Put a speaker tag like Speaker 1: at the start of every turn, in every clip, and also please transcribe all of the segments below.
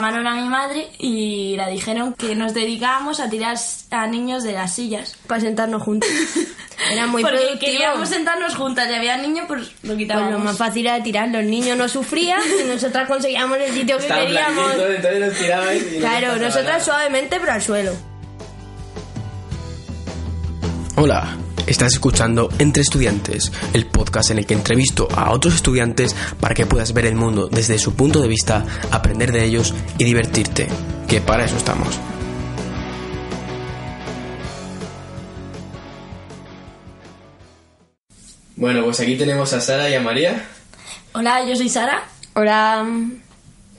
Speaker 1: Llamaron a mi madre y la dijeron que nos dedicábamos a tirar a niños de las sillas.
Speaker 2: Para sentarnos juntos. Era muy
Speaker 1: Porque
Speaker 2: productivo.
Speaker 1: queríamos sentarnos juntas y había niños, pues lo
Speaker 2: Pues
Speaker 1: quitábamos.
Speaker 2: lo más fácil era tirar, los niños no sufrían y nosotras conseguíamos el sitio que
Speaker 3: Estaban
Speaker 2: queríamos.
Speaker 3: blanquitos, entonces los tirabais y no
Speaker 2: Claro,
Speaker 3: pasaba nada.
Speaker 2: nosotras suavemente pero al suelo.
Speaker 4: Hola, estás escuchando Entre Estudiantes, el podcast en el que entrevisto a otros estudiantes para que puedas ver el mundo desde su punto de vista, aprender de ellos y divertirte, que para eso estamos.
Speaker 3: Bueno, pues aquí tenemos a Sara y a María.
Speaker 1: Hola, yo soy Sara.
Speaker 2: Hola.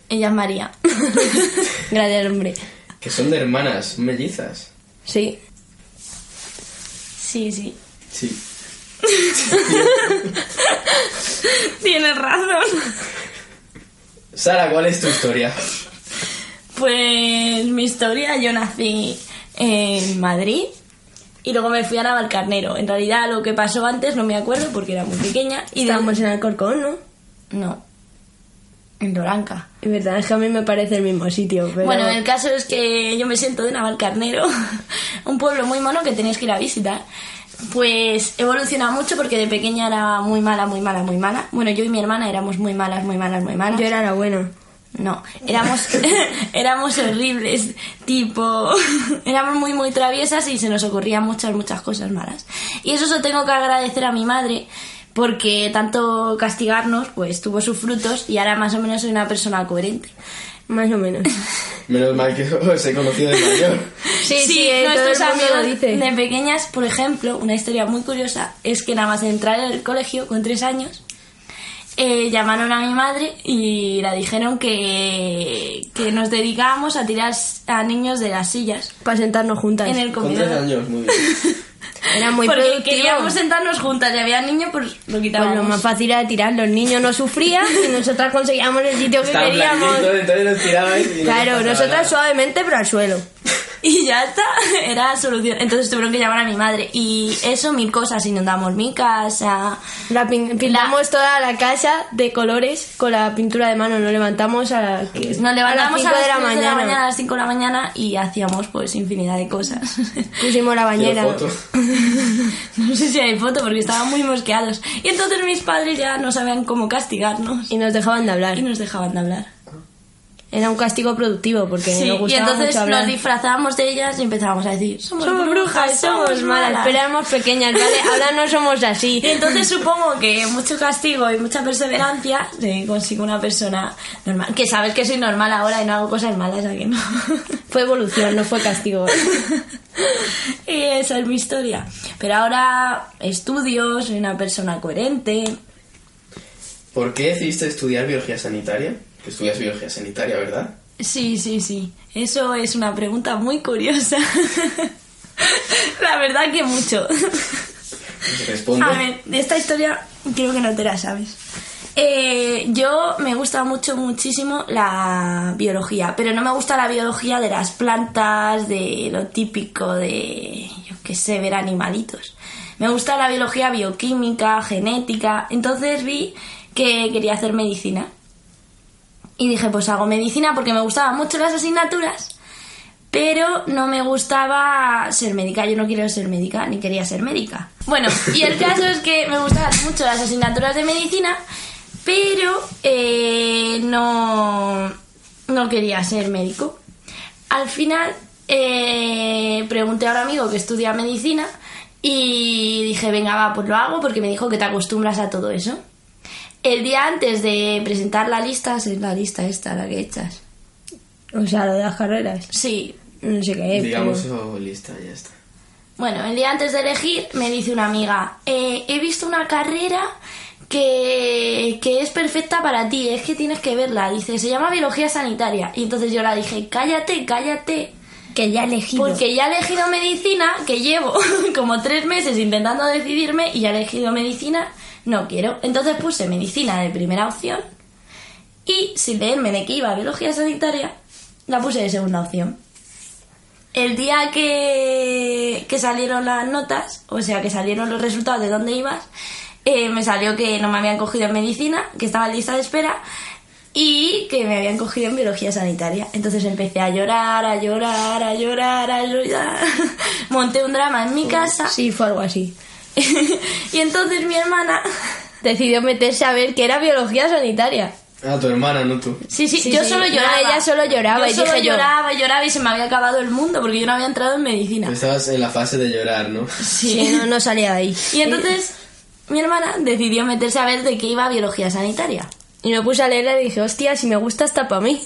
Speaker 1: Ella es María.
Speaker 2: Gracias, hombre.
Speaker 3: Que son de hermanas, son mellizas.
Speaker 2: Sí.
Speaker 1: Sí, sí.
Speaker 3: Sí.
Speaker 1: Tienes razón.
Speaker 3: Sara, ¿cuál es tu historia?
Speaker 1: Pues mi historia, yo nací en Madrid y luego me fui a Navalcarnero. En realidad lo que pasó antes no me acuerdo porque era muy pequeña y de-
Speaker 2: Estábamos en Alcorcón, ¿no?
Speaker 1: No, en Doranca.
Speaker 2: Es verdad, es que a mí me parece el mismo sitio. Pero...
Speaker 1: Bueno, el caso es que yo me siento de Navalcarnero, un pueblo muy mono que tenéis que ir a visitar. Pues evoluciona mucho porque de pequeña era muy mala, muy mala, muy mala. Bueno, yo y mi hermana éramos muy malas, muy malas, muy malas.
Speaker 2: Yo era la buena.
Speaker 1: No, éramos, éramos horribles, tipo, éramos muy, muy traviesas y se nos ocurrían muchas, muchas cosas malas. Y eso se lo tengo que agradecer a mi madre, porque tanto castigarnos, pues tuvo sus frutos y ahora más o menos soy una persona coherente.
Speaker 2: Más o menos.
Speaker 3: Menos mal que os he conocido de mayor.
Speaker 2: Sí, sí, eh, todo el mundo lo dice.
Speaker 1: de pequeñas, por ejemplo, una historia muy curiosa es que nada más entrar en el colegio con tres años, eh, llamaron a mi madre y la dijeron que, que nos dedicábamos a tirar a niños de las sillas
Speaker 2: Para sentarnos juntas.
Speaker 1: en el
Speaker 3: Con tres
Speaker 1: comedor.
Speaker 3: años, muy bien.
Speaker 2: Era muy
Speaker 1: Porque
Speaker 2: productivo.
Speaker 1: queríamos sentarnos juntas y había niños, pues lo
Speaker 2: Pues
Speaker 1: quitábamos.
Speaker 2: lo más fácil era tirar, los niños no sufrían y nosotras conseguíamos el sitio que
Speaker 3: Estaban
Speaker 2: queríamos.
Speaker 3: blanquitos, entonces los tirabais y no
Speaker 2: Claro,
Speaker 3: pasaba
Speaker 2: nosotras
Speaker 3: nada.
Speaker 2: suavemente pero al suelo.
Speaker 1: Y ya está, era solución. Entonces tuvieron que llamar a mi madre. Y eso, mil cosas, inundamos mi casa.
Speaker 2: La pin- pintamos toda la casa de colores con la pintura de mano. Nos levantamos a, la,
Speaker 1: Nos levantamos a
Speaker 2: cinco
Speaker 1: las, 3 de la mañana, a las 5 de la mañana y hacíamos pues infinidad de cosas.
Speaker 2: Pusimos la
Speaker 3: Quiero
Speaker 2: bañera.
Speaker 3: fotos.
Speaker 1: no sé si hay foto porque estaban muy mosqueados. Y entonces mis padres ya no sabían cómo castigarnos
Speaker 2: Y nos dejaban de hablar.
Speaker 1: y nos dejaban de hablar.
Speaker 2: Era un castigo productivo porque
Speaker 1: Sí,
Speaker 2: nos
Speaker 1: y
Speaker 2: gustaba
Speaker 1: entonces
Speaker 2: mucho hablar.
Speaker 1: nos disfrazábamos de ellas y empezábamos a decir, somos,
Speaker 2: somos brujas, somos malas, pero éramos pequeñas, ¿vale? Ahora no somos así.
Speaker 1: Y entonces supongo que mucho castigo y mucha perseverancia se consigue una persona normal. Que sabes que soy normal ahora y no hago cosas malas, ¿a que no?
Speaker 2: Fue evolución, no fue castigo.
Speaker 1: y esa es mi historia. Pero ahora estudio, soy una persona coherente.
Speaker 3: ¿Por qué decidiste estudiar biología sanitaria? Que estudias biología sanitaria, ¿verdad?
Speaker 1: Sí, sí, sí. Eso es una pregunta muy curiosa. la verdad que mucho.
Speaker 3: Y Responde.
Speaker 1: A ver, de esta historia creo que no te la sabes. Eh, yo me gusta mucho, muchísimo la biología, pero no me gusta la biología de las plantas, de lo típico de, yo qué sé, ver animalitos. Me gusta la biología bioquímica, genética. Entonces vi que quería hacer medicina. Y dije, pues hago medicina porque me gustaban mucho las asignaturas, pero no me gustaba ser médica. Yo no quiero ser médica, ni quería ser médica. Bueno, y el caso es que me gustaban mucho las asignaturas de medicina, pero eh, no, no quería ser médico. Al final eh, pregunté a un amigo que estudia medicina y dije, venga, va, pues lo hago porque me dijo que te acostumbras a todo eso. El día antes de presentar la lista, es la lista esta, la que echas.
Speaker 2: O sea, lo de las carreras.
Speaker 1: Sí.
Speaker 2: No sé qué es.
Speaker 3: Digamos,
Speaker 2: pero-
Speaker 3: oh, lista, ya está.
Speaker 1: Bueno, el día antes de elegir me dice una amiga, eh, he visto una carrera que, que es perfecta para ti, es que tienes que verla. Dice, se llama biología sanitaria. Y entonces yo la dije, cállate, cállate.
Speaker 5: Que ya elegí.
Speaker 1: Porque Pues ya he elegido medicina, que llevo como tres meses intentando decidirme y ya he elegido medicina, no quiero. Entonces puse medicina de primera opción y sin leerme de que iba a biología sanitaria, la puse de segunda opción. El día que, que salieron las notas, o sea, que salieron los resultados de dónde ibas, eh, me salió que no me habían cogido en medicina, que estaba en lista de espera y que me habían cogido en biología sanitaria. Entonces empecé a llorar, a llorar, a llorar, a llorar. Monté un drama en mi casa
Speaker 2: Sí, fue algo así.
Speaker 1: y entonces mi hermana...
Speaker 2: Decidió meterse a ver que era biología sanitaria.
Speaker 3: Ah, tu hermana, no tú.
Speaker 1: Sí, sí,
Speaker 2: Sí,
Speaker 1: yo
Speaker 2: sí.
Speaker 1: solo
Speaker 2: No,
Speaker 1: lloraba.
Speaker 2: ella solo lloraba
Speaker 1: Yo
Speaker 2: y
Speaker 1: solo
Speaker 2: dije yo-
Speaker 1: lloraba, y lloraba y se me había acabado el mundo porque yo no había entrado en medicina.
Speaker 3: Tú Estabas en la fase de llorar, ¿no?
Speaker 2: Sí, no, no salía de ahí.
Speaker 1: Y entonces mi hermana decidió meterse a ver de qué iba biología sanitaria.
Speaker 2: Y me puse a leerla y dije, hostia, si me gusta está para mí.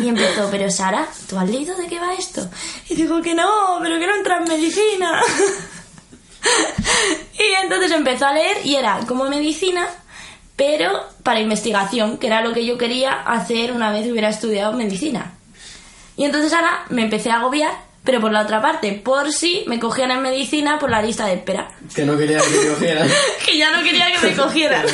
Speaker 1: Y empezó, pero Sara, ¿tú has leído de qué va esto? Y dijo que no, pero que no entra en medicina. y entonces empezó a leer y era como medicina, pero para investigación, que era lo que yo quería hacer una vez hubiera estudiado medicina. Y entonces ahora me empecé a agobiar, pero por la otra parte, por si me cogían en medicina por la lista de espera
Speaker 3: Que no quería que te cogieran.
Speaker 1: que ya no quería que me cogieran.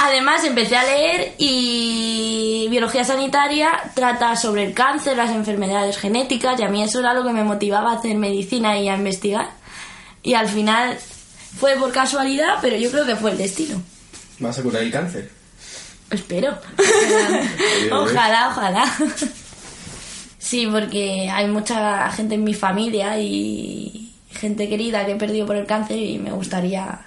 Speaker 1: Además, empecé a leer y biología sanitaria trata sobre el cáncer, las enfermedades genéticas, y a mí eso era lo que me motivaba a hacer medicina y a investigar. Y al final fue por casualidad, pero yo creo que fue el destino.
Speaker 3: ¿Vas a curar el cáncer?
Speaker 1: Espero.
Speaker 3: Oye,
Speaker 1: ojalá, ojalá. Sí, porque hay mucha gente en mi familia y gente querida que he perdido por el cáncer y me gustaría...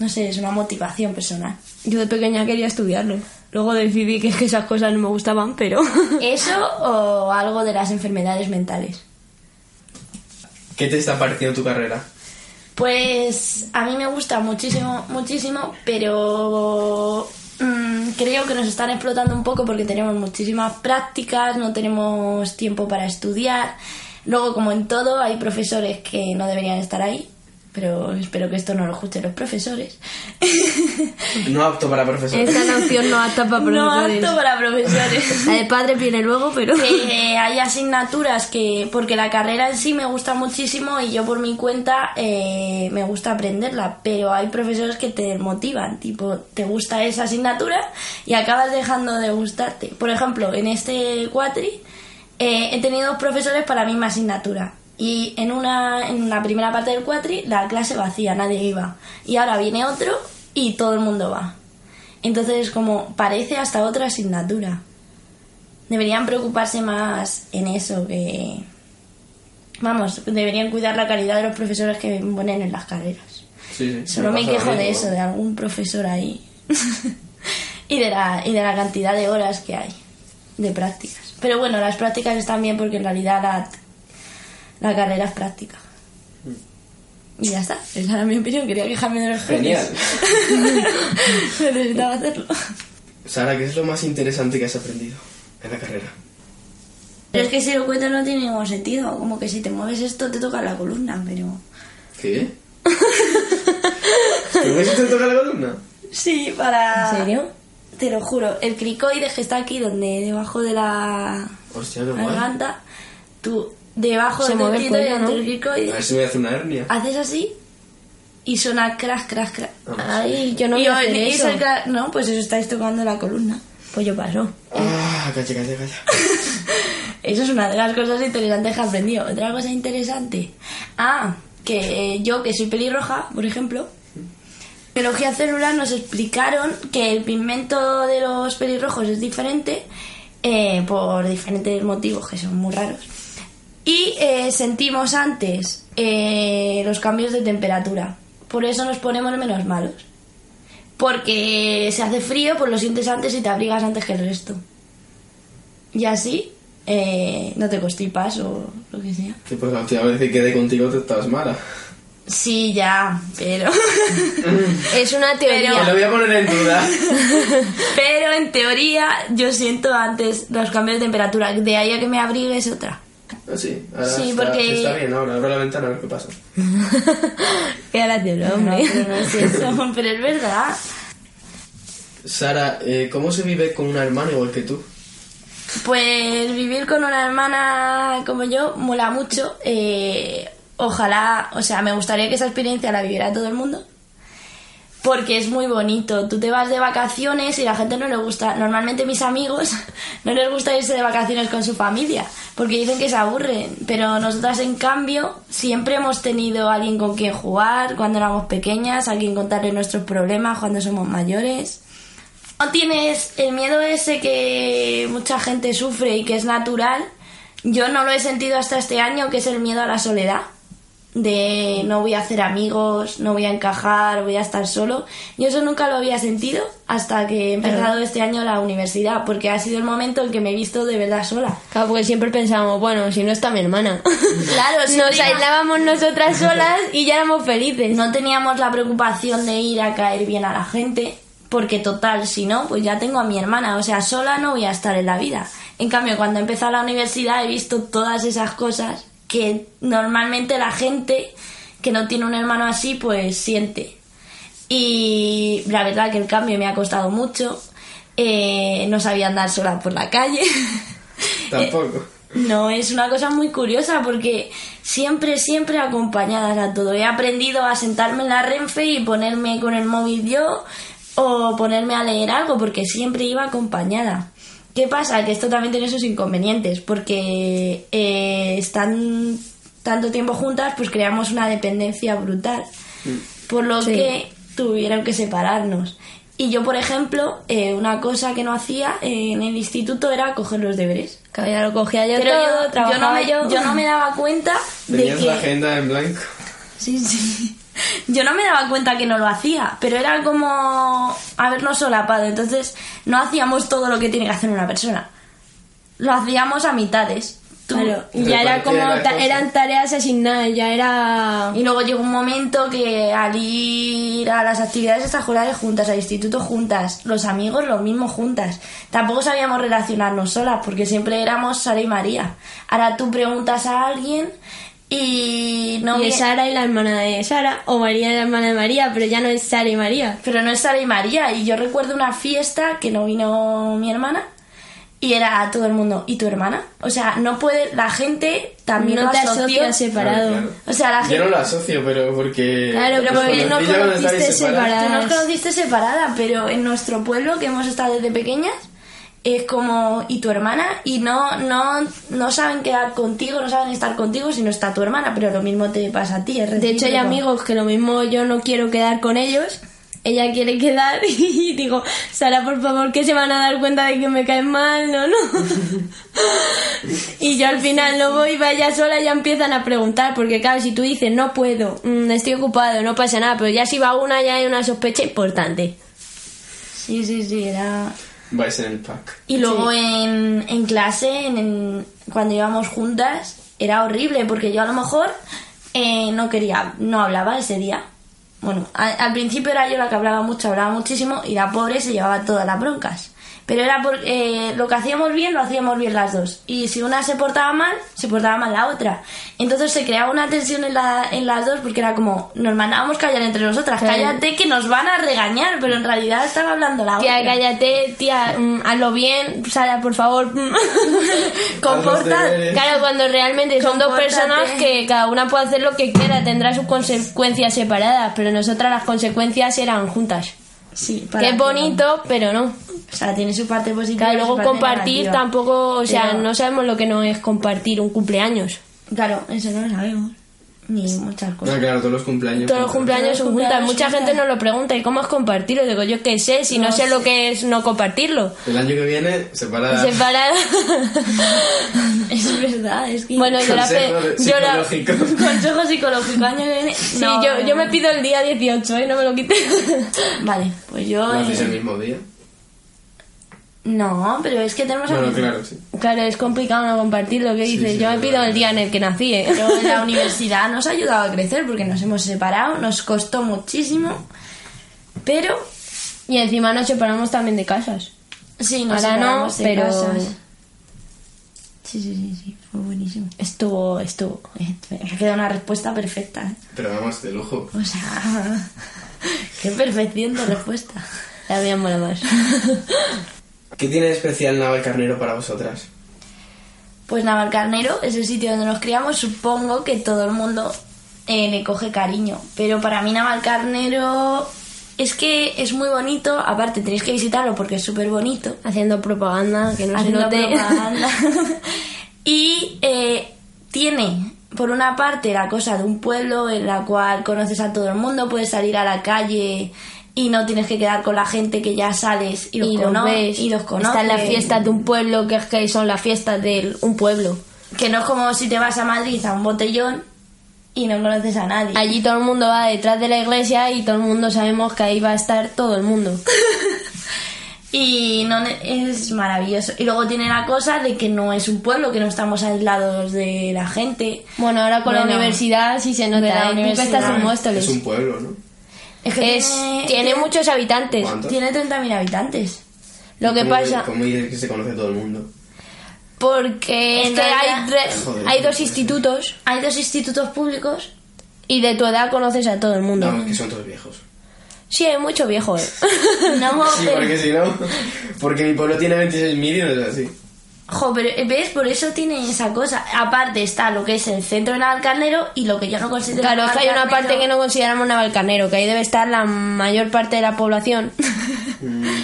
Speaker 1: No sé, es una motivación personal.
Speaker 2: Yo de pequeña quería estudiarlo. Luego decidí que, es que esas cosas no me gustaban, pero...
Speaker 1: ¿Eso o algo de las enfermedades mentales?
Speaker 3: ¿Qué te está partiendo tu carrera?
Speaker 1: Pues a mí me gusta muchísimo, muchísimo, pero mm, creo que nos están explotando un poco porque tenemos muchísimas prácticas, no tenemos tiempo para estudiar. Luego, como en todo, hay profesores que no deberían estar ahí, pero espero que esto no lo escuchen los profesores.
Speaker 3: No apto para profesor.
Speaker 2: Esta canción no apta para
Speaker 1: no
Speaker 2: profesores.
Speaker 1: apto para profesores.
Speaker 2: La de padre viene luego, pero...
Speaker 1: que eh, hay asignaturas que porque la carrera en sí me gusta muchísimo y yo por mi cuenta eh, me gusta aprenderla pero hay profesores que te motivan tipo te gusta esa asignatura y acabas dejando de gustarte por ejemplo en este cuatri eh, he tenido dos profesores para la misma asignatura y en una en la primera parte del cuatri la clase vacía nadie iba y ahora viene otro y todo el mundo va entonces como parece hasta otra asignatura deberían preocuparse más en eso que vamos deberían cuidar la calidad de los profesores que ponen en las carreras
Speaker 3: Sí, sí.
Speaker 1: solo me
Speaker 3: pasa lo
Speaker 1: quejo de
Speaker 3: mismo.
Speaker 1: eso de algún profesor ahí y de la y de la cantidad de horas que hay de prácticas pero bueno las prácticas están bien porque en realidad la, la carrera es práctica y ya está esa era mi opinión quería quejarme de los
Speaker 3: Genial.
Speaker 1: genes necesitaba hacerlo
Speaker 3: Sara, ¿qué es lo más interesante que has aprendido en la carrera?
Speaker 1: Pero es que si lo cuentas no tiene ningún sentido. Como que si te mueves esto te toca la columna, pero...
Speaker 3: ¿Qué? ¿Pero ves que te toca la columna?
Speaker 1: Sí, para...
Speaker 2: ¿En serio?
Speaker 1: Te lo juro. El cricoides que está aquí, donde debajo de la
Speaker 3: Hostia, qué guay.
Speaker 1: garganta, tú debajo
Speaker 2: Se
Speaker 1: del
Speaker 2: mueve el
Speaker 1: tendito y
Speaker 2: cuello,
Speaker 1: dentro
Speaker 2: ¿no?
Speaker 1: del
Speaker 3: A ver
Speaker 1: cricoides,
Speaker 3: si me hace una hernia.
Speaker 1: haces así y suena crash, crash, crash.
Speaker 3: Vamos.
Speaker 2: Ay, yo no
Speaker 1: Y
Speaker 2: quiero
Speaker 1: hoy-
Speaker 2: hacer
Speaker 1: y
Speaker 2: eso.
Speaker 1: es el cra- No, pues eso estáis tocando la columna. Pues yo paso.
Speaker 3: Ah, calla, calla, calla.
Speaker 1: Eso es una de las cosas interesantes que he aprendido. Otra cosa interesante. Ah, que eh, yo, que soy pelirroja, por ejemplo, biología celular nos explicaron que el pigmento de los pelirrojos es diferente eh, por diferentes motivos que son muy raros. Y eh, sentimos antes eh, los cambios de temperatura. Por eso nos ponemos menos malos. Porque se hace frío, pues lo sientes antes y te abrigas antes que el resto. Y así eh, no te constipas o lo que sea.
Speaker 3: Que por la última vez que quedé contigo te estabas mala.
Speaker 1: Sí, ya, pero...
Speaker 2: Es una teoría.
Speaker 3: Te lo voy a poner en duda.
Speaker 1: pero en teoría yo siento antes los cambios de temperatura. De ahí a que me abrigue es otra.
Speaker 3: Ah, sí, ahora
Speaker 1: Sí,
Speaker 3: está,
Speaker 1: porque-
Speaker 3: está bien, ahora abro la ventana a ver qué pasa.
Speaker 2: Qué gracioso,
Speaker 1: No,
Speaker 2: hombre.
Speaker 1: pero no es eso, pero es verdad.
Speaker 3: Sara, eh, ¿cómo se vive con una hermana igual que tú?
Speaker 1: Pues vivir con una hermana como yo mola mucho. eh, ojalá, o sea, me gustaría que esa experiencia la viviera todo el mundo. Porque es muy bonito. Tú te vas de vacaciones y la gente no le gusta. Normalmente mis amigos no les gusta irse de vacaciones con su familia. Porque dicen que se aburren. Pero nosotras, en cambio, siempre hemos tenido alguien con quien jugar cuando éramos pequeñas, a quien contarle nuestros problemas cuando somos mayores. No tienes el miedo ese que mucha gente sufre y que es natural. Yo no lo he sentido hasta este año, que es el miedo a la soledad. De no voy a hacer amigos, no voy a encajar, voy a estar solo. Yo eso nunca lo había sentido hasta que he empezado este año la universidad, porque ha sido el momento en que me he visto de verdad sola.
Speaker 2: Claro, porque siempre pensábamos, bueno, si no está mi hermana.
Speaker 1: Claro, sí,
Speaker 2: Nos
Speaker 1: prima.
Speaker 2: aislábamos nosotras solas y ya éramos felices.
Speaker 1: No teníamos la preocupación de ir a caer bien a la gente, porque total, si no, pues ya tengo a mi hermana, o sea, sola no voy a estar en la vida. En cambio, cuando he empezado la universidad he visto todas esas cosas que normalmente la gente que no tiene un hermano así, pues siente. Y la verdad que el cambio me ha costado mucho. Eh, no sabía andar sola por la calle.
Speaker 2: Eh,
Speaker 3: Tampoco.
Speaker 1: No, es una cosa muy curiosa porque siempre, siempre acompañadas a todo. He aprendido a sentarme en la renfe y ponerme con el móvil yo o ponerme a leer algo porque siempre iba acompañada. ¿Qué pasa? Que esto también tiene sus inconvenientes porque eh, están tanto tiempo juntas, pues creamos una dependencia brutal. Por lo
Speaker 2: Sí.
Speaker 1: que tuvieron que separarnos. Y yo, por ejemplo, eh, una cosa que no hacía en el instituto era coger los deberes
Speaker 2: Claro, ya lo cogía yo
Speaker 1: pero
Speaker 2: todo,
Speaker 1: yo, yo no
Speaker 2: trabajaba
Speaker 1: me, yo no me daba cuenta de
Speaker 3: Tenías
Speaker 1: que
Speaker 3: la agenda en blanco.
Speaker 1: sí sí yo no me daba cuenta que no lo hacía pero era como habernos solapado entonces no hacíamos todo lo que tiene que hacer una persona lo hacíamos a mitades Tú-
Speaker 2: Claro, ya era
Speaker 3: Repartía
Speaker 2: como,
Speaker 3: las
Speaker 2: ta-
Speaker 3: cosas.
Speaker 2: eran tareas asignadas, ya era...
Speaker 1: Y luego llegó un momento que al ir a las actividades extracurriculares juntas, al instituto juntas, los amigos lo mismo juntas. Tampoco sabíamos relacionarnos solas porque siempre éramos Sara y María. Ahora tú preguntas a alguien y no
Speaker 2: y
Speaker 1: me-
Speaker 2: es Sara y la hermana de Sara, o María y la hermana de María, pero ya no es Sara y María.
Speaker 1: Pero no es Sara y María. Y yo recuerdo una fiesta que no vino mi hermana. Y era a todo el mundo, ¿y tu hermana? O sea, no puede, la gente también
Speaker 2: no
Speaker 1: lo
Speaker 2: te
Speaker 1: asoció.
Speaker 2: asocias separado.
Speaker 3: Claro, claro.
Speaker 1: O sea, la gente...
Speaker 3: Yo no la asocio, pero porque...
Speaker 2: Claro, pero
Speaker 3: los
Speaker 2: porque
Speaker 3: conocí
Speaker 2: no
Speaker 3: ya cuando estabais
Speaker 2: conociste
Speaker 3: separadas.
Speaker 1: Tú nos
Speaker 2: separadas.
Speaker 1: conociste separada, pero en nuestro pueblo, que hemos estado desde pequeñas, es como, ¿y tu hermana? Y no, no, no saben quedar contigo, no saben estar contigo si no está tu hermana, pero lo mismo te pasa a ti. Es
Speaker 2: De hecho hay
Speaker 1: recíproco.
Speaker 2: amigos que lo mismo yo no quiero quedar con ellos, ella quiere quedar y digo, Sara, por favor, que se van a dar cuenta de que me caes mal, no, no. y yo al final no voy, vaya sola, ya empiezan a preguntar, porque claro, si tú dices, no puedo, mm, estoy ocupado, no pasa nada, pero ya si va una ya hay una sospecha importante.
Speaker 1: Sí, sí, sí, era...
Speaker 3: Vais en el pack.
Speaker 1: Y luego en, en clase, en, en- cuando íbamos juntas, era horrible porque yo a lo mejor eh, no quería, no hablaba ese día. Bueno, a- al principio era yo la que hablaba mucho, hablaba muchísimo y la pobre se llevaba todas las broncas. Pero era por, eh, lo que hacíamos bien, lo hacíamos bien las dos. Y si una se portaba mal, se portaba mal la otra. Entonces se creaba una tensión en, la- en las dos porque era como, nos mandábamos callar entre nosotras,
Speaker 2: Claro.
Speaker 1: cállate que nos van a regañar, pero en realidad estaba hablando la
Speaker 2: Tía,
Speaker 1: otra.
Speaker 2: cállate, tía, mm, hazlo bien, Sara, por favor. mm.
Speaker 3: Haz los
Speaker 1: Comporta,
Speaker 3: deberes.
Speaker 2: Claro, cuando realmente son dos
Speaker 1: Compórtate.
Speaker 2: personas que cada una puede hacer lo que quiera, tendrá sus consecuencias separadas, pero nosotras las consecuencias eran juntas.
Speaker 1: Sí,
Speaker 2: Que es bonito, pero no.
Speaker 1: O sea, tiene su parte positiva.
Speaker 2: Claro,
Speaker 1: y su
Speaker 2: luego
Speaker 1: parte
Speaker 2: compartir
Speaker 1: negativa.
Speaker 2: tampoco, o sea,
Speaker 1: Pero-
Speaker 2: no sabemos lo que no es compartir un cumpleaños.
Speaker 1: Claro, eso no lo sabemos. Ni muchas
Speaker 3: No,
Speaker 1: cosas.
Speaker 3: claro, todos los cumpleaños.
Speaker 2: Todos los
Speaker 1: Todos los
Speaker 2: cumpleaños son juntas.
Speaker 1: cumpleaños
Speaker 2: Mucha
Speaker 1: juntas.
Speaker 2: gente nos lo pregunta, ¿y cómo es compartirlo? Digo, yo qué sé, si no, sé, lo que es no compartirlo.
Speaker 3: El año que viene, separadas.
Speaker 2: Separada.
Speaker 1: Es verdad, es que.
Speaker 2: bueno, yo la... pe-
Speaker 3: Consejo de-
Speaker 2: yo la-
Speaker 3: psicológico.
Speaker 1: consejo psicológico, año que viene.
Speaker 2: Sí, yo, yo me pido el día 18, ¿eh? No me lo quité.
Speaker 1: Vale, pues yo.
Speaker 3: ¿Lo
Speaker 1: eh,
Speaker 3: hacéis el mismo día?
Speaker 1: No, pero es que tenemos.
Speaker 3: Bueno,
Speaker 1: amigos.
Speaker 3: claro, sí.
Speaker 2: Claro, es complicado no compartirlo. ¿Qué dices?
Speaker 3: sí,
Speaker 2: yo me
Speaker 3: es
Speaker 2: pido
Speaker 3: verdad.
Speaker 2: el día en el que nací, ¿eh?
Speaker 1: Pero la universidad nos ha ayudado a crecer porque nos hemos separado, nos costó muchísimo. Pero.
Speaker 2: Y encima nos separamos también de casas.
Speaker 1: Sí, nos
Speaker 2: Ahora no,
Speaker 1: separamos de
Speaker 2: pero-
Speaker 1: casas. Sí, sí, sí, sí, fue buenísimo.
Speaker 2: Estuvo, estuvo.
Speaker 1: eh, Me queda una respuesta perfecta, ¿eh?
Speaker 3: Pero vamos, de lujo.
Speaker 1: O sea, qué perfección de respuesta.
Speaker 2: La mía mola más.
Speaker 4: ¿Qué tiene de especial Navalcarnero para vosotras?
Speaker 1: Pues Navalcarnero es el sitio donde nos criamos. Supongo que todo el mundo eh, le coge cariño. Pero para mí Navalcarnero es que es muy bonito. Aparte, tenéis que visitarlo porque es súper bonito.
Speaker 2: Haciendo propaganda, que no
Speaker 1: haciendo
Speaker 2: se note.
Speaker 1: propaganda. y eh, tiene, por una parte, la cosa de un pueblo en la cual conoces a todo el mundo, puedes salir a la calle y no tienes que quedar con la gente que ya sales y los,
Speaker 2: y los
Speaker 1: cono-
Speaker 2: ves.
Speaker 1: y los conoces.
Speaker 2: Están las fiestas de un pueblo, que es que son las fiestas de un pueblo.
Speaker 1: Que no es como si te vas a Madrid a un botellón y no conoces a nadie.
Speaker 2: Allí todo el mundo va detrás de la iglesia y todo el mundo sabemos que ahí va a estar todo el mundo.
Speaker 1: Y no ne- es maravilloso. Y luego tiene la cosa de que no es un pueblo, que no estamos aislados de la gente.
Speaker 2: Bueno, ahora con la
Speaker 1: Bueno,
Speaker 2: universidad sí se
Speaker 1: de
Speaker 2: nota.
Speaker 1: la
Speaker 2: ¿eh? Tú que estás
Speaker 1: universidad.
Speaker 2: en
Speaker 3: Ah,
Speaker 2: Móstoles.
Speaker 3: Es un pueblo, ¿no?
Speaker 1: Es que
Speaker 2: Es-
Speaker 1: tiene,
Speaker 2: tiene muchos habitantes.
Speaker 3: ¿Cuánto?
Speaker 1: tiene 30.000 habitantes.
Speaker 2: Lo que
Speaker 3: ¿Cómo-
Speaker 2: pasa
Speaker 3: ¿Cómo dices que se conoce todo el mundo?
Speaker 2: porque
Speaker 1: En
Speaker 2: es que hay,
Speaker 1: realidad-
Speaker 2: tres-
Speaker 3: Joder.
Speaker 2: hay dos institutos
Speaker 1: Hay dos institutos públicos.
Speaker 2: y de tu edad conoces a todo el mundo.
Speaker 3: No, que son todos viejos.
Speaker 2: Sí, hay mucho viejo. ¿eh?
Speaker 1: No,
Speaker 3: Sí,
Speaker 1: pero-
Speaker 3: porque si no... Porque mi pueblo tiene 26.000 y no es así.
Speaker 1: Jo, pero eh, ves, por eso tiene esa cosa. Aparte está lo que es el centro de Navalcarnero y lo que yo no considero
Speaker 2: Claro, es que hay una
Speaker 1: Navalcarnero.
Speaker 2: parte que no consideramos navalcarnero, que ahí debe estar la mayor parte de la población,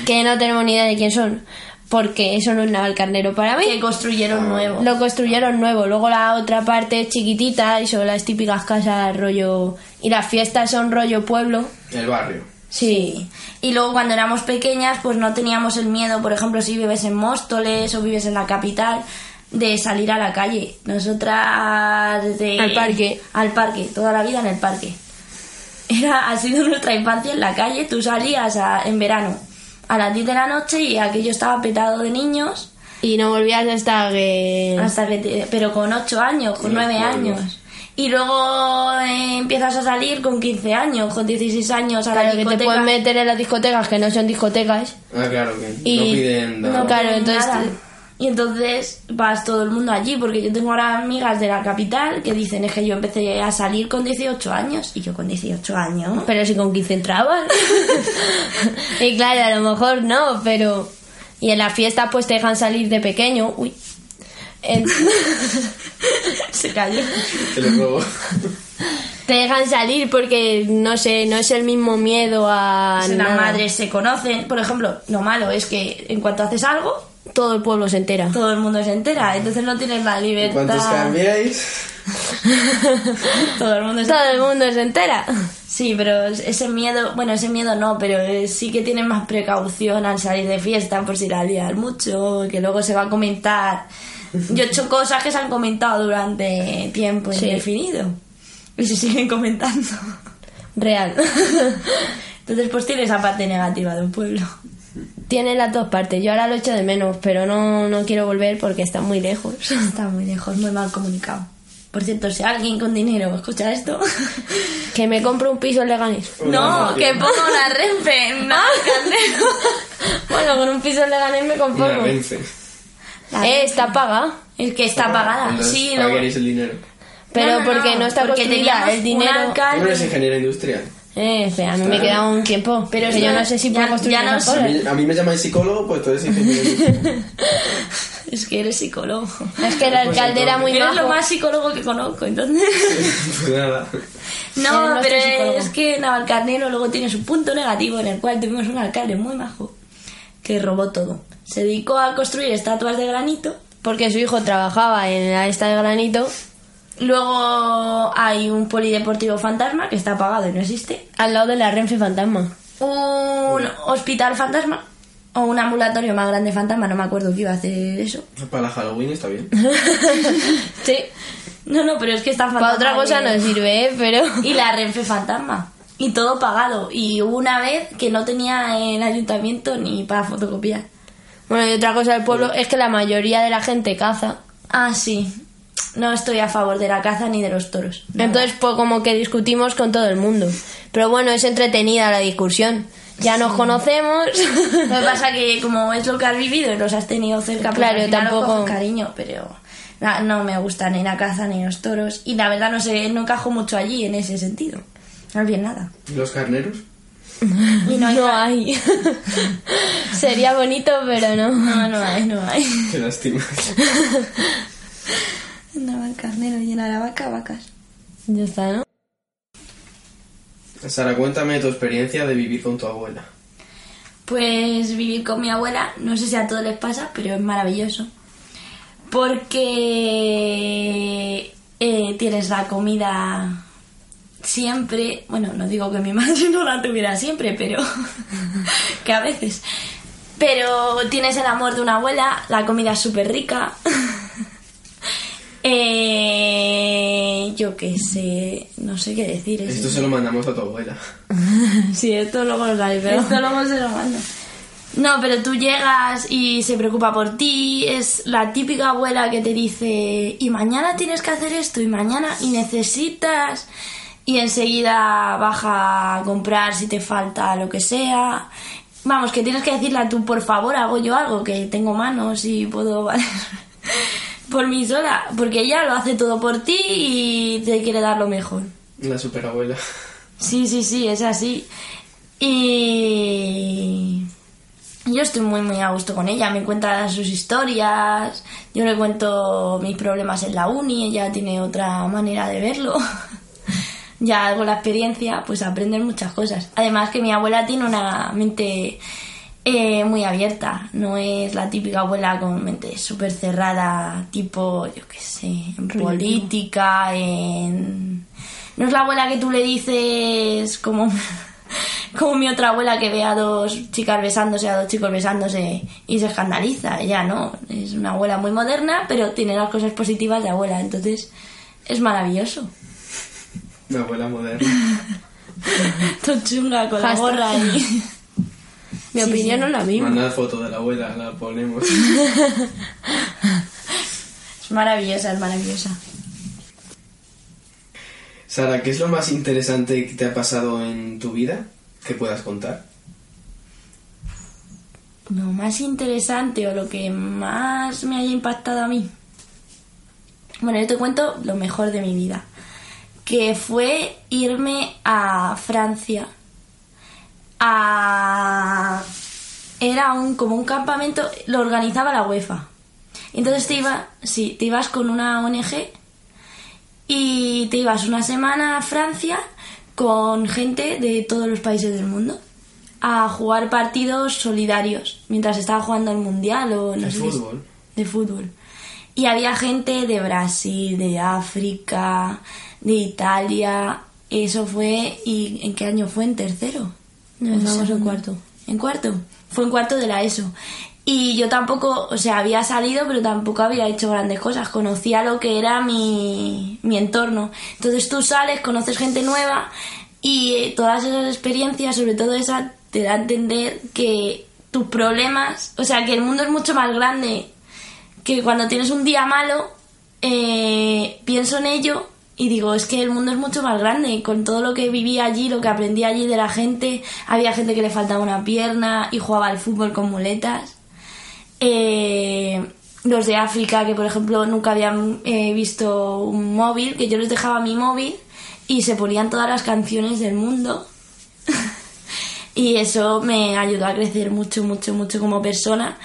Speaker 2: que no tenemos ni idea de quién son, porque eso no es navalcarnero para mí.
Speaker 1: que construyeron nuevo.
Speaker 2: Lo construyeron nuevo, luego la otra parte es chiquitita y son las típicas casas rollo... Y las fiestas son rollo pueblo.
Speaker 3: El barrio.
Speaker 2: Sí.
Speaker 1: Y luego cuando éramos pequeñas, pues no teníamos el miedo, por ejemplo, si vives en Móstoles o vives en la capital, de salir a la calle. Nosotras de...
Speaker 2: Al parque.
Speaker 1: Al parque, toda la vida en el parque. Era, ha sido nuestra infancia en la calle, tú salías a- en verano a las 10 de la noche y aquello estaba petado de niños,
Speaker 2: Y no volvías hasta que...
Speaker 1: hasta que te- pero con 8 años, con
Speaker 3: Los
Speaker 1: 9
Speaker 3: pueblos.
Speaker 1: años. Y luego eh, empiezas a salir con 15 años, con 16 años a la
Speaker 2: Claro, que te
Speaker 1: discoteca.
Speaker 2: pueden meter en las discotecas que no son discotecas.
Speaker 3: Ah, claro, que
Speaker 2: Y-
Speaker 3: no piden nada.
Speaker 2: no, claro. entonces
Speaker 1: nada.
Speaker 2: tú-
Speaker 1: Y entonces vas todo el mundo allí, porque yo tengo ahora amigas de la capital que dicen es que yo empecé a salir con 18 años, y yo con 18 años.
Speaker 2: Pero si con 15 entraban. y claro, a lo mejor no, pero. Y en la fiesta pues te dejan salir de pequeño. Uy. En-
Speaker 1: Se cayó.
Speaker 3: Te lo robo.
Speaker 2: te dejan salir porque no sé, no es el mismo miedo a.
Speaker 1: Si las
Speaker 2: nada.
Speaker 1: madres se conocen, por ejemplo, lo malo es que en cuanto haces algo,
Speaker 2: Todo el pueblo se entera.
Speaker 1: todo el mundo se entera, entonces no tienes la libertad.
Speaker 3: ¿Cuántos cambiáis?
Speaker 1: Todo el mundo se
Speaker 2: Todo el mundo se entera.
Speaker 1: Sí, pero ese miedo, bueno, ese miedo no, pero eh, sí que tienen más precaución al salir de fiesta por si la liar mucho, que luego se va a comentar. Yo he hecho cosas que se han comentado durante tiempo
Speaker 2: Sí.
Speaker 1: indefinido y se siguen comentando.
Speaker 2: Real.
Speaker 1: Entonces, pues tiene esa parte negativa de un pueblo.
Speaker 2: Tiene las dos partes. Yo ahora lo echo de menos, pero no, no quiero volver porque está muy lejos.
Speaker 1: Está muy lejos, muy mal comunicado. Por cierto, si alguien con dinero escucha esto,
Speaker 2: Que me compro un piso en Leganés.
Speaker 1: no, que pongo la renfe en Navalcarnero.
Speaker 2: Bueno, con un piso en Leganés me
Speaker 3: Una
Speaker 2: conformo.
Speaker 3: Renfe.
Speaker 1: La
Speaker 2: Eh, está paga.
Speaker 1: El que está pagada.
Speaker 3: Entonces,
Speaker 1: Ah, Sí,
Speaker 3: ¿para qué
Speaker 1: luego-
Speaker 3: queréis el dinero?
Speaker 2: Pero porque no está
Speaker 1: porque
Speaker 2: construida,
Speaker 1: teníamos
Speaker 2: el dinero-
Speaker 1: un alcalde-
Speaker 3: Uno es ingeniero industrial.
Speaker 2: Eh, o sea, a mí me queda un tiempo. Pero
Speaker 1: esto
Speaker 2: yo no sé si
Speaker 1: ya-
Speaker 2: puedo construir
Speaker 1: ya no
Speaker 2: más
Speaker 1: sé.
Speaker 3: A
Speaker 2: cosas.
Speaker 3: mí, a mí me llaman psicólogo, pues tú eres ingeniero industrial.
Speaker 1: Es que eres psicólogo.
Speaker 2: Es que el
Speaker 3: Pues
Speaker 2: alcalde era muy
Speaker 1: eres
Speaker 2: majo.
Speaker 1: lo más psicólogo que conozco, entonces.
Speaker 3: pues nada.
Speaker 1: no,
Speaker 2: nuestro
Speaker 1: pero
Speaker 2: psicólogo.
Speaker 1: es que Navalcarnero luego tiene su punto negativo en el cual tuvimos un alcalde muy majo que robó todo. Se dedicó a construir estatuas de granito.
Speaker 2: Porque su hijo trabajaba en la esta de granito.
Speaker 1: Luego hay un polideportivo fantasma que está apagado y no existe.
Speaker 2: Al lado de la Renfe Fantasma.
Speaker 1: Un hospital fantasma o un ambulatorio más grande fantasma, no me acuerdo que iba a hacer eso.
Speaker 3: Para la Halloween está bien.
Speaker 2: Sí.
Speaker 1: No, no, pero es que está fantasma.
Speaker 2: Para otra cosa
Speaker 1: de-
Speaker 2: no sirve, ¿eh? pero.
Speaker 1: y la Renfe Fantasma. Y todo pagado. Y hubo una vez que no tenía el ayuntamiento ni para fotocopiar.
Speaker 2: Bueno, y otra cosa del pueblo es que la mayoría de la gente caza.
Speaker 1: Ah, sí. No estoy a favor de la caza ni de los toros.
Speaker 2: Entonces, pues como que discutimos con todo el mundo. Pero bueno, es entretenida la discusión. ya nos conocemos.
Speaker 1: Lo que pasa que como es lo que has vivido y los has tenido cerca, pues
Speaker 2: Claro,
Speaker 1: al final lo
Speaker 2: tampoco-
Speaker 1: coges cariño, pero na- no me gusta ni la caza ni los toros y la verdad no sé, no encajo mucho allí en ese sentido. No es bien nada.
Speaker 3: ¿Los carneros?
Speaker 1: Y no hay
Speaker 2: no
Speaker 1: ca-
Speaker 2: hay. Sería bonito, pero no.
Speaker 1: No, no hay, no hay.
Speaker 3: Qué lástima.
Speaker 1: Andaba el carnero llena la vaca, vacas.
Speaker 2: Ya está, ¿no?
Speaker 3: Sara, cuéntame tu experiencia de vivir con tu abuela.
Speaker 1: Pues vivir con mi abuela, no sé si a todos les pasa, pero es maravilloso. Porque eh, tienes la comida siempre. Bueno, no digo que mi madre no la tuviera siempre, pero que a veces. Pero tienes el amor de una abuela, la comida es súper rica. Eh, yo qué sé, no sé qué decir. es
Speaker 3: Esto se lo mandamos a tu abuela.
Speaker 2: Sí, esto luego lo sabéis, pero.
Speaker 1: esto luego se lo mando. No, pero tú llegas y se preocupa por ti. Es la típica abuela que te dice, y mañana tienes que hacer esto, y mañana, y necesitas. Y enseguida baja a comprar si te falta lo que sea. Vamos, que tienes que decirle a tú, por favor, hago yo algo, que tengo manos y puedo valer por mí sola. Porque ella lo hace todo por ti y te quiere dar lo mejor.
Speaker 3: La superabuela.
Speaker 1: Sí, sí, sí, es así. Y yo estoy muy, muy a gusto con ella. Me cuenta sus historias, yo le cuento mis problemas en la uni, ella tiene otra manera de verlo. ya con la experiencia, pues aprender muchas cosas. Además que mi abuela tiene una mente eh, muy abierta. No es la típica abuela con mente súper cerrada, tipo, yo qué sé, en política, en... No es la abuela que tú le dices como, como mi otra abuela que ve a dos chicas besándose, a dos chicos besándose y se escandaliza. Ella no, es una abuela muy moderna, pero tiene las cosas positivas de abuela. Entonces, es maravilloso.
Speaker 3: Una abuela moderna.
Speaker 1: Todo chunga con la
Speaker 2: Hashtag.
Speaker 1: gorra y...
Speaker 2: Mi opinión no es la misma.
Speaker 3: Mandad foto de la abuela, la ponemos.
Speaker 1: Es maravillosa, es maravillosa.
Speaker 3: Sara, ¿qué es lo más interesante que te ha pasado en tu vida que puedas contar?
Speaker 1: Lo más interesante o lo que más me haya impactado a mí. Bueno, yo te cuento lo mejor de mi vida. Que fue irme a Francia. A... Era un, como un campamento, lo organizaba la UEFA. Entonces te iba, sí, te ibas con una ONG y te ibas una semana a Francia con gente de todos los países del mundo a jugar partidos solidarios mientras estaba jugando el mundial o no
Speaker 3: De
Speaker 1: sé qué es-
Speaker 3: fútbol.
Speaker 1: de fútbol y había gente de Brasil de África de Italia eso fue y en qué año fue en tercero
Speaker 2: No, estábamos en
Speaker 1: segundo.
Speaker 2: cuarto.
Speaker 1: ¿En cuarto? Fue en cuarto de la ESO. Y yo tampoco, o sea, había salido, pero tampoco había hecho grandes cosas. Conocía lo que era mi, mi entorno. Entonces tú sales, conoces gente nueva y eh, todas esas experiencias, sobre todo esa, te da a entender que tus problemas, o sea, que el mundo es mucho más grande que cuando tienes un día malo, eh, pienso en ello y digo, es que el mundo es mucho más grande. y Con todo lo que viví allí, lo que aprendí allí de la gente, había gente que le faltaba una pierna y jugaba al fútbol con muletas. Eh, los de África, que por ejemplo nunca habían eh, visto un móvil, que yo les dejaba mi móvil y se ponían todas las canciones del mundo. Y eso me ayudó a crecer mucho, mucho, mucho como persona.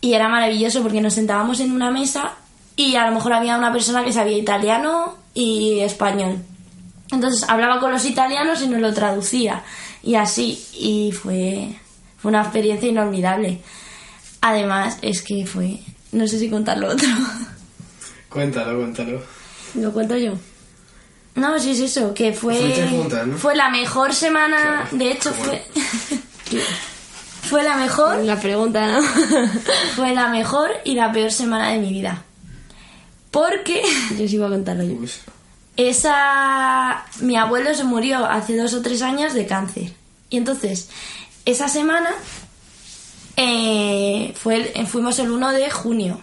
Speaker 1: Y era maravilloso porque nos sentábamos en una mesa y a lo mejor había una persona que sabía italiano y español. Entonces hablaba con los italianos y nos lo traducía. Y así. Y fue, fue una experiencia inolvidable. Además, es que fue... No sé si contar lo otro.
Speaker 3: Cuéntalo, cuéntalo.
Speaker 2: Lo cuento yo.
Speaker 1: No, sí es eso, que fue...
Speaker 3: Fuiste juntas, ¿no?
Speaker 1: Fue la mejor semana...
Speaker 3: Claro.
Speaker 1: De hecho,
Speaker 3: Bueno.
Speaker 1: fue... fue la mejor
Speaker 2: La pregunta, ¿no?
Speaker 1: Fue la mejor y la peor semana de mi vida. Porque
Speaker 2: yo sí iba a contarlo yo.
Speaker 3: Pues,
Speaker 1: esa. Mi abuelo se murió hace dos o tres años de cáncer. Y entonces, esa semana eh, fue el- eh, fuimos el 1 de junio.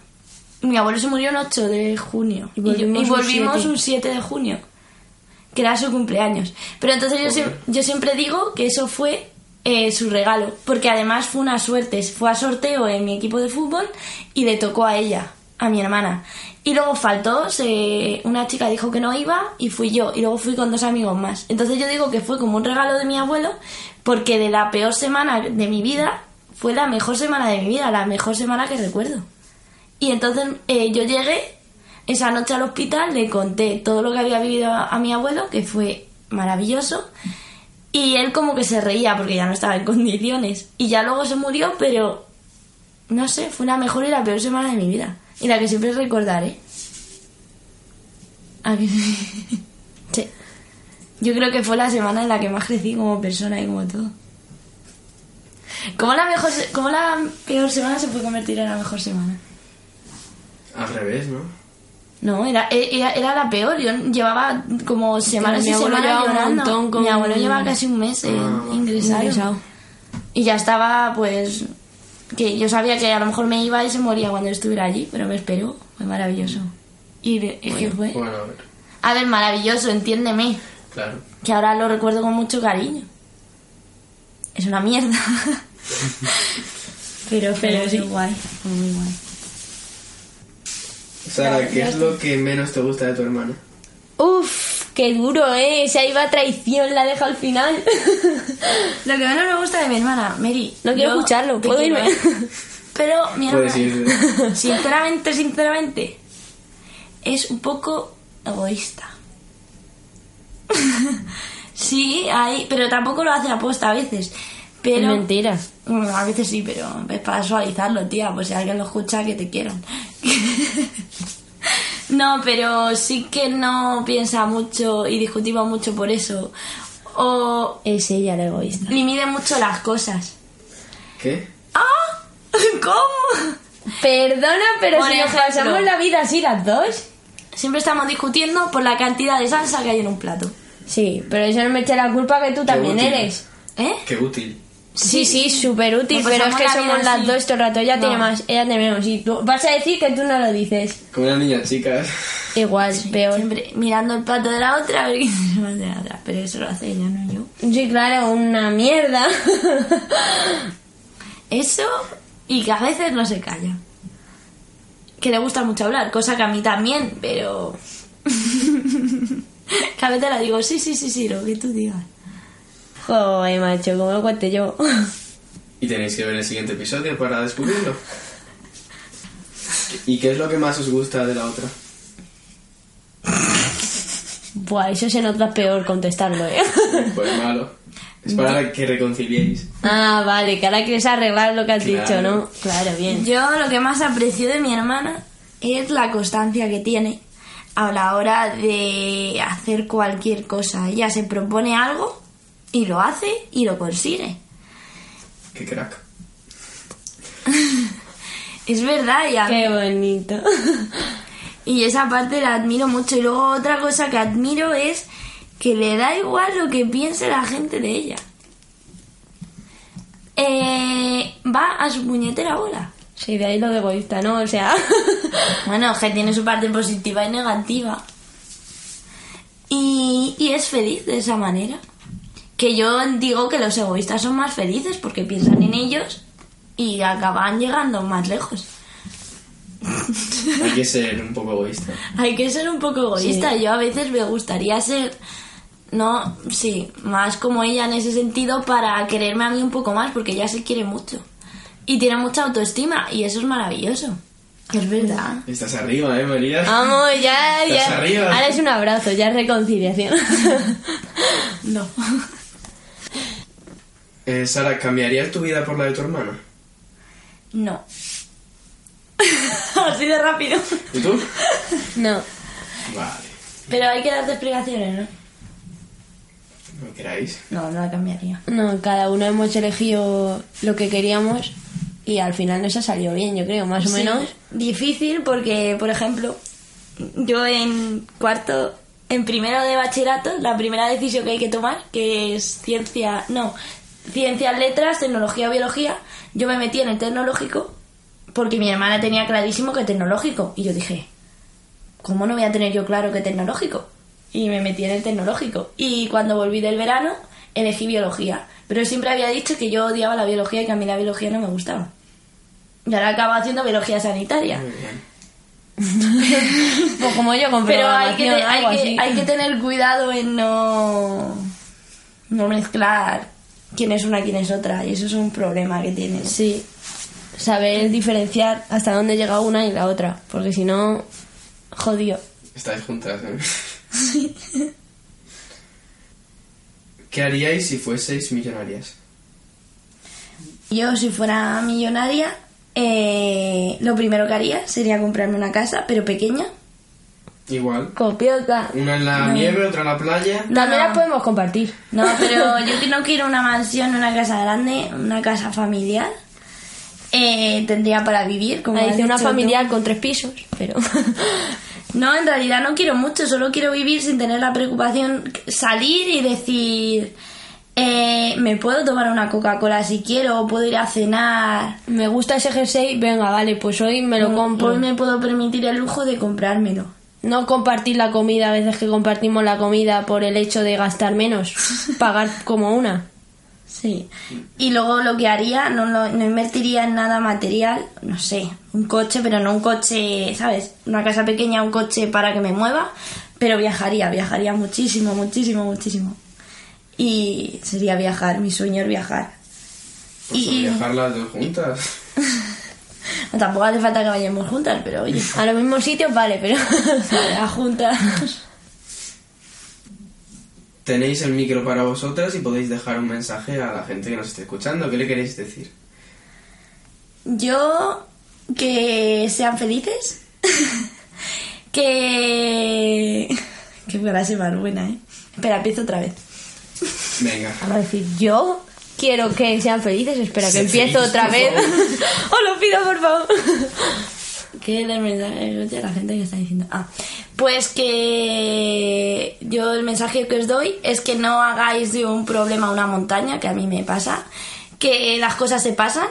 Speaker 1: Mi abuelo se murió el 8 de junio.
Speaker 2: Y
Speaker 1: Y yo- y volvimos,
Speaker 2: volvimos un
Speaker 1: un 7
Speaker 2: siete.
Speaker 1: de junio, que era su cumpleaños. Pero entonces yo,
Speaker 3: Joder.
Speaker 1: siem- yo siempre digo que eso fue eh, su regalo, porque además fue una suerte, fue a sorteo en mi equipo de fútbol y le tocó a ella, a mi hermana. Y luego faltó, se- una chica dijo que no iba y fui yo, y luego fui con dos amigos más. Entonces yo digo que fue como un regalo de mi abuelo, porque de la peor semana de mi vida fue la mejor semana de mi vida, la mejor semana que recuerdo. Y entonces eh, yo llegué esa noche al hospital, le conté todo lo que había vivido a, a mi abuelo, que fue maravilloso, y él como que se reía porque ya no estaba en condiciones. Y ya luego se murió, pero no sé, fue la mejor y la peor semana de mi vida. Y la que siempre recordaré. ¿A que sí? Sí. Yo creo que fue la semana en la que más crecí como persona y como todo. ¿Cómo la, mejor, se- cómo la peor semana se puede convertir en la mejor semana?
Speaker 3: Al revés, ¿no?
Speaker 1: No, era, e, era, era la peor. Yo llevaba como semanas
Speaker 2: mi
Speaker 1: y
Speaker 2: abuelo
Speaker 1: semanas
Speaker 2: llevaba un
Speaker 1: llorando.
Speaker 2: montón con-
Speaker 1: Mi abuelo llevaba casi un mes eh,
Speaker 3: Ah.
Speaker 1: ingresado.
Speaker 2: Ingresado.
Speaker 1: Y ya estaba, pues... Que yo sabía que a lo mejor me iba y se moría cuando estuviera allí, pero me esperó. Fue maravilloso. Y de- es que fue...
Speaker 3: Bueno, a ver,
Speaker 1: A ver, maravilloso, entiéndeme.
Speaker 3: claro.
Speaker 1: Que ahora lo recuerdo con mucho cariño. Es una mierda. pero, pero sí. guay. Fue muy guay.
Speaker 3: Sara, ¿qué es lo que menos te gusta de tu hermana?
Speaker 2: Uf, qué duro, ¿eh? Esa iba a traición, la deja al final.
Speaker 1: Lo que menos me gusta de mi hermana, Mary.
Speaker 2: No quiero
Speaker 1: yo
Speaker 2: escucharlo,
Speaker 1: te
Speaker 2: ¿puedo
Speaker 1: quiero,
Speaker 2: irme?
Speaker 1: ¿eh? Pero mi hermana,
Speaker 3: Puedes irte.
Speaker 1: sinceramente, sinceramente, es un poco egoísta. sí, hay, pero tampoco lo hace aposta a veces. Pero
Speaker 2: Es mentira.
Speaker 1: Bueno, a veces sí, pero es para suavizarlo, tía, pues si alguien lo escucha, que te quieran. no, pero sí que no piensa mucho y discutimos mucho por eso. O
Speaker 2: Es ella la egoísta.
Speaker 1: ni mide mucho las cosas.
Speaker 3: ¿Qué?
Speaker 1: ¡Ah! ¿Cómo?
Speaker 2: Perdona, pero
Speaker 1: Por
Speaker 2: si nos
Speaker 1: ejemplo.
Speaker 2: pasamos la vida así las dos.
Speaker 1: Siempre estamos discutiendo por la cantidad de salsa que hay en un plato.
Speaker 2: Sí, pero eso no me echa la culpa que tú también
Speaker 3: útil.
Speaker 2: eres.
Speaker 1: ¿Eh?
Speaker 3: Qué útil.
Speaker 2: Sí, sí, súper útil,
Speaker 1: Nos
Speaker 2: pero es
Speaker 1: pasamos
Speaker 2: que
Speaker 1: la vida
Speaker 2: somos las
Speaker 1: así.
Speaker 2: dos todo el rato. Ella tiene
Speaker 1: No.
Speaker 2: más, ella tiene menos. Y tú vas a decir que tú no lo dices.
Speaker 3: Como una niña chica.
Speaker 2: Igual, peor.
Speaker 1: Siempre mirando el plato de la otra, a ver qué se manda la otra. Pero eso lo hace ella, no yo.
Speaker 2: Sí, claro, una mierda.
Speaker 1: Eso y que a veces no se calla. Que le gusta mucho hablar, cosa que a mí también, pero... que a veces le digo, sí, sí, sí, sí, lo que tú digas.
Speaker 2: Joder, macho, como lo cuente yo.
Speaker 3: Y tenéis que ver el siguiente episodio para descubrirlo. ¿Y qué es lo que más os gusta de la otra?
Speaker 2: Buah, eso se nota peor contestarlo, ¿eh?
Speaker 3: Pues malo. Es para que reconciliéis.
Speaker 2: Ah, vale, que ahora quieres arreglar lo que has
Speaker 3: Claro.
Speaker 2: dicho, ¿no? Claro, bien.
Speaker 1: Yo lo que más aprecio de mi hermana es la constancia que tiene a la hora de hacer cualquier cosa. Ella se propone algo y lo hace y lo consigue.
Speaker 3: Qué crack.
Speaker 1: Es verdad, y a
Speaker 2: Qué bonito.
Speaker 1: Y esa parte la admiro mucho. Y luego otra cosa que admiro es que le da igual lo que piense la gente de ella. Eh, va a su puñetera bola.
Speaker 2: Sí, de ahí lo de egoísta, ¿no? O sea...
Speaker 1: Bueno, que tiene su parte positiva y negativa. Y, y es feliz de esa manera. Que yo digo que los egoístas son más felices porque piensan en ellos y acaban llegando más lejos.
Speaker 3: Hay que ser un poco egoísta.
Speaker 1: Hay que ser un poco egoísta. Yo a veces me gustaría ser, no, sí, más como ella en ese sentido para quererme a mí un poco más, porque ella se quiere mucho. Y tiene mucha autoestima, y eso es maravilloso. Es verdad.
Speaker 3: Estás arriba, ¿eh, María?
Speaker 2: Vamos, ya,
Speaker 3: Estás
Speaker 2: ya.
Speaker 3: arriba.
Speaker 2: Ahora es un abrazo, ya es reconciliación.
Speaker 1: No.
Speaker 3: Eh, Sara, ¿cambiarías tu vida por la de tu hermana?
Speaker 1: No. Así de rápido.
Speaker 3: ¿Y tú?
Speaker 2: No.
Speaker 3: Vale.
Speaker 1: Pero hay que darte explicaciones,
Speaker 3: No queráis.
Speaker 1: ¿no? No, no la cambiaría.
Speaker 2: No, cada uno hemos elegido lo que queríamos y al final nos ha salido bien, yo creo, más o menos.
Speaker 1: Difícil porque, por ejemplo, yo en cuarto, en primero de bachillerato, la primera decisión que hay que tomar, que es ciencia, no, ciencias, letras, tecnología, biología, yo me metí en el tecnológico porque mi hermana tenía clarísimo que tecnológico y yo dije, ¿cómo no voy a tener yo claro que tecnológico? Y me metí en el tecnológico. Y cuando volví del verano, elegí biología. Pero siempre había dicho que yo odiaba la biología y que a mí la biología no me gustaba. Y ahora acabo haciendo biología sanitaria.
Speaker 3: Muy bien.
Speaker 2: Pues como yo con
Speaker 1: Pero hay que,
Speaker 2: programación,
Speaker 1: hay,
Speaker 2: algo
Speaker 1: que,
Speaker 2: así.
Speaker 1: hay que tener cuidado en no, no mezclar quién es una, quién es otra. Y eso es un problema que tiene.
Speaker 2: Sí. Saber diferenciar hasta dónde llega una y la otra. Porque si no, jodido.
Speaker 3: Estáis juntas, ¿eh? ¿Qué haríais si fueseis millonarias?
Speaker 1: Yo, si fuera millonaria, eh, lo primero que haría sería comprarme una casa, pero pequeña.
Speaker 3: Igual.
Speaker 2: Copiota.
Speaker 3: Una en la nieve, otra en la playa.
Speaker 2: También las podemos compartir.
Speaker 1: No, pero yo que no quiero una mansión, una casa grande, una casa familiar. Eh, tendría para vivir, como
Speaker 2: Ahí
Speaker 1: has
Speaker 2: dice una
Speaker 1: dicho tú.
Speaker 2: familiar con tres pisos, pero...
Speaker 1: No, en realidad no quiero mucho, solo quiero vivir sin tener la preocupación, salir y decir, eh, me puedo tomar una Coca-Cola si quiero, puedo ir a cenar.
Speaker 2: me gusta ese jersey, venga, vale, pues hoy me lo compro.
Speaker 1: Hoy me puedo permitir el lujo de comprármelo.
Speaker 2: No compartir la comida, a veces que compartimos la comida por el hecho de gastar menos. Pagar como una.
Speaker 1: Sí. Y luego lo que haría, no, lo- no invertiría en nada material, no sé, un coche, pero no un coche, ¿sabes? Una casa pequeña, un coche para que me mueva, pero viajaría, viajaría muchísimo, muchísimo, muchísimo. Y sería viajar, mi sueño es viajar.
Speaker 3: Pues
Speaker 1: Y-
Speaker 3: viajar las dos juntas.
Speaker 1: No, Tampoco hace falta que vayamos juntas, pero oye,
Speaker 2: A los mismos sitios, vale, pero...
Speaker 1: a juntas.
Speaker 3: Tenéis el micro para vosotras y podéis dejar un mensaje a la gente que nos esté escuchando. ¿Qué le queréis decir?
Speaker 1: Yo que sean felices. que. Que frase más buena, ¿eh? Espera, empiezo otra vez.
Speaker 3: Venga.
Speaker 2: Vamos a decir, yo quiero que sean felices. Espera, que
Speaker 3: Sé
Speaker 2: empiezo
Speaker 3: feliz,
Speaker 2: otra
Speaker 3: por
Speaker 2: vez. Os lo pido, por favor.
Speaker 1: ¿Qué es el mensaje de eh, la gente que está diciendo? Ah, pues que yo el mensaje que os doy es que no hagáis de un problema una montaña, que a mí me pasa, que las cosas se pasan,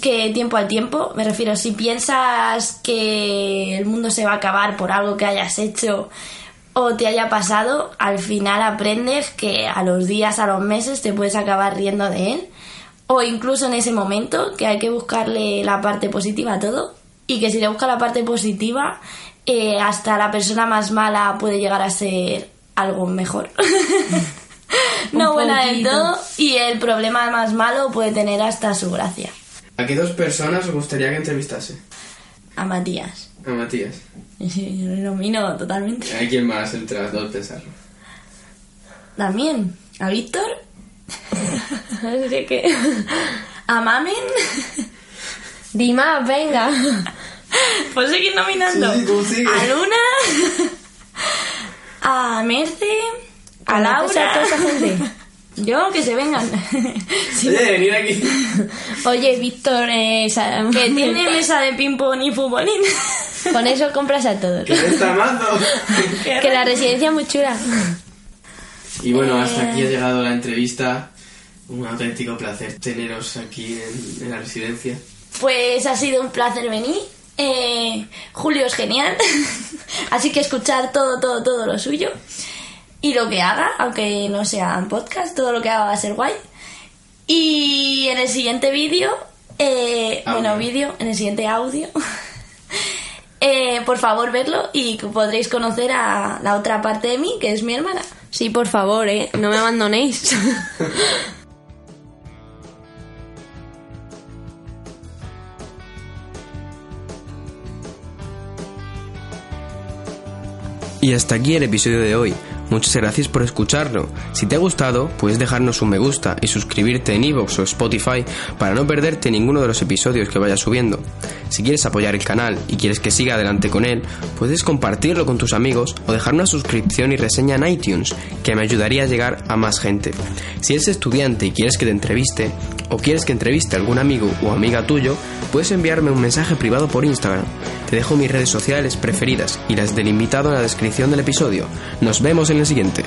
Speaker 1: que tiempo al tiempo, me refiero, si piensas que el mundo se va a acabar por algo que hayas hecho o te haya pasado, al final aprendes que a los días, a los meses te puedes acabar riendo de él o incluso en ese momento, que hay que buscarle la parte positiva a todo y que si le busca la parte positiva, eh, hasta la persona más mala puede llegar a ser algo mejor. no
Speaker 2: Un
Speaker 1: buena del
Speaker 2: poquito.
Speaker 1: todo y el problema más malo puede tener hasta su gracia.
Speaker 3: ¿A qué dos personas os gustaría que entrevistase?
Speaker 1: A Matías.
Speaker 3: A Matías.
Speaker 1: Sí, Yo lo domino totalmente.
Speaker 3: ¿A quién más entre las dos pensarlo?
Speaker 1: También a Víctor,
Speaker 2: Así que...
Speaker 1: a Mamen.
Speaker 2: Dimas, venga.
Speaker 1: Pues seguir nominando.
Speaker 3: Sí, sí, tú sigue.
Speaker 1: a Luna, a Merce, a
Speaker 2: Conoces
Speaker 1: Laura.
Speaker 2: a toda esa gente.
Speaker 1: Yo, que se vengan. Sí.
Speaker 3: Oye, venir aquí.
Speaker 2: Oye, Víctor, eh, sa-
Speaker 1: Que tiene mesa de ping-pong y futbolín.
Speaker 2: con eso compras a todos.
Speaker 3: Que me está amando.
Speaker 2: Que la residencia es muy chula.
Speaker 3: Y bueno, hasta
Speaker 1: Eh.
Speaker 3: aquí ha llegado la entrevista. Un auténtico placer teneros aquí en, en la residencia.
Speaker 1: Pues ha sido un placer venir. Eh, Julio es genial. Así que escuchar todo, todo, todo lo suyo. Y lo que haga, aunque no sea en podcast, todo lo que haga va a ser guay. Y en el siguiente vídeo, eh,
Speaker 3: Audio.
Speaker 1: bueno, vídeo, en el siguiente audio, eh, por favor verlo y podréis conocer a la otra parte de mí, que es mi hermana.
Speaker 2: Sí, por favor, eh. No me abandonéis.
Speaker 4: Y hasta aquí el episodio de hoy. Muchas gracias por escucharlo. Si te ha gustado, puedes dejarnos un me gusta y suscribirte en iVoox o Spotify para no perderte ninguno de los episodios que vaya subiendo. Si quieres apoyar el canal y quieres que siga adelante con él, puedes compartirlo con tus amigos o dejar una suscripción y reseña en iTunes, que me ayudaría a llegar a más gente. Si eres estudiante y quieres que te entreviste, o quieres que entreviste a algún amigo o amiga tuyo, puedes enviarme un mensaje privado por Instagram. Te dejo mis redes sociales preferidas y las del invitado en la descripción del episodio. Nos vemos en el siguiente.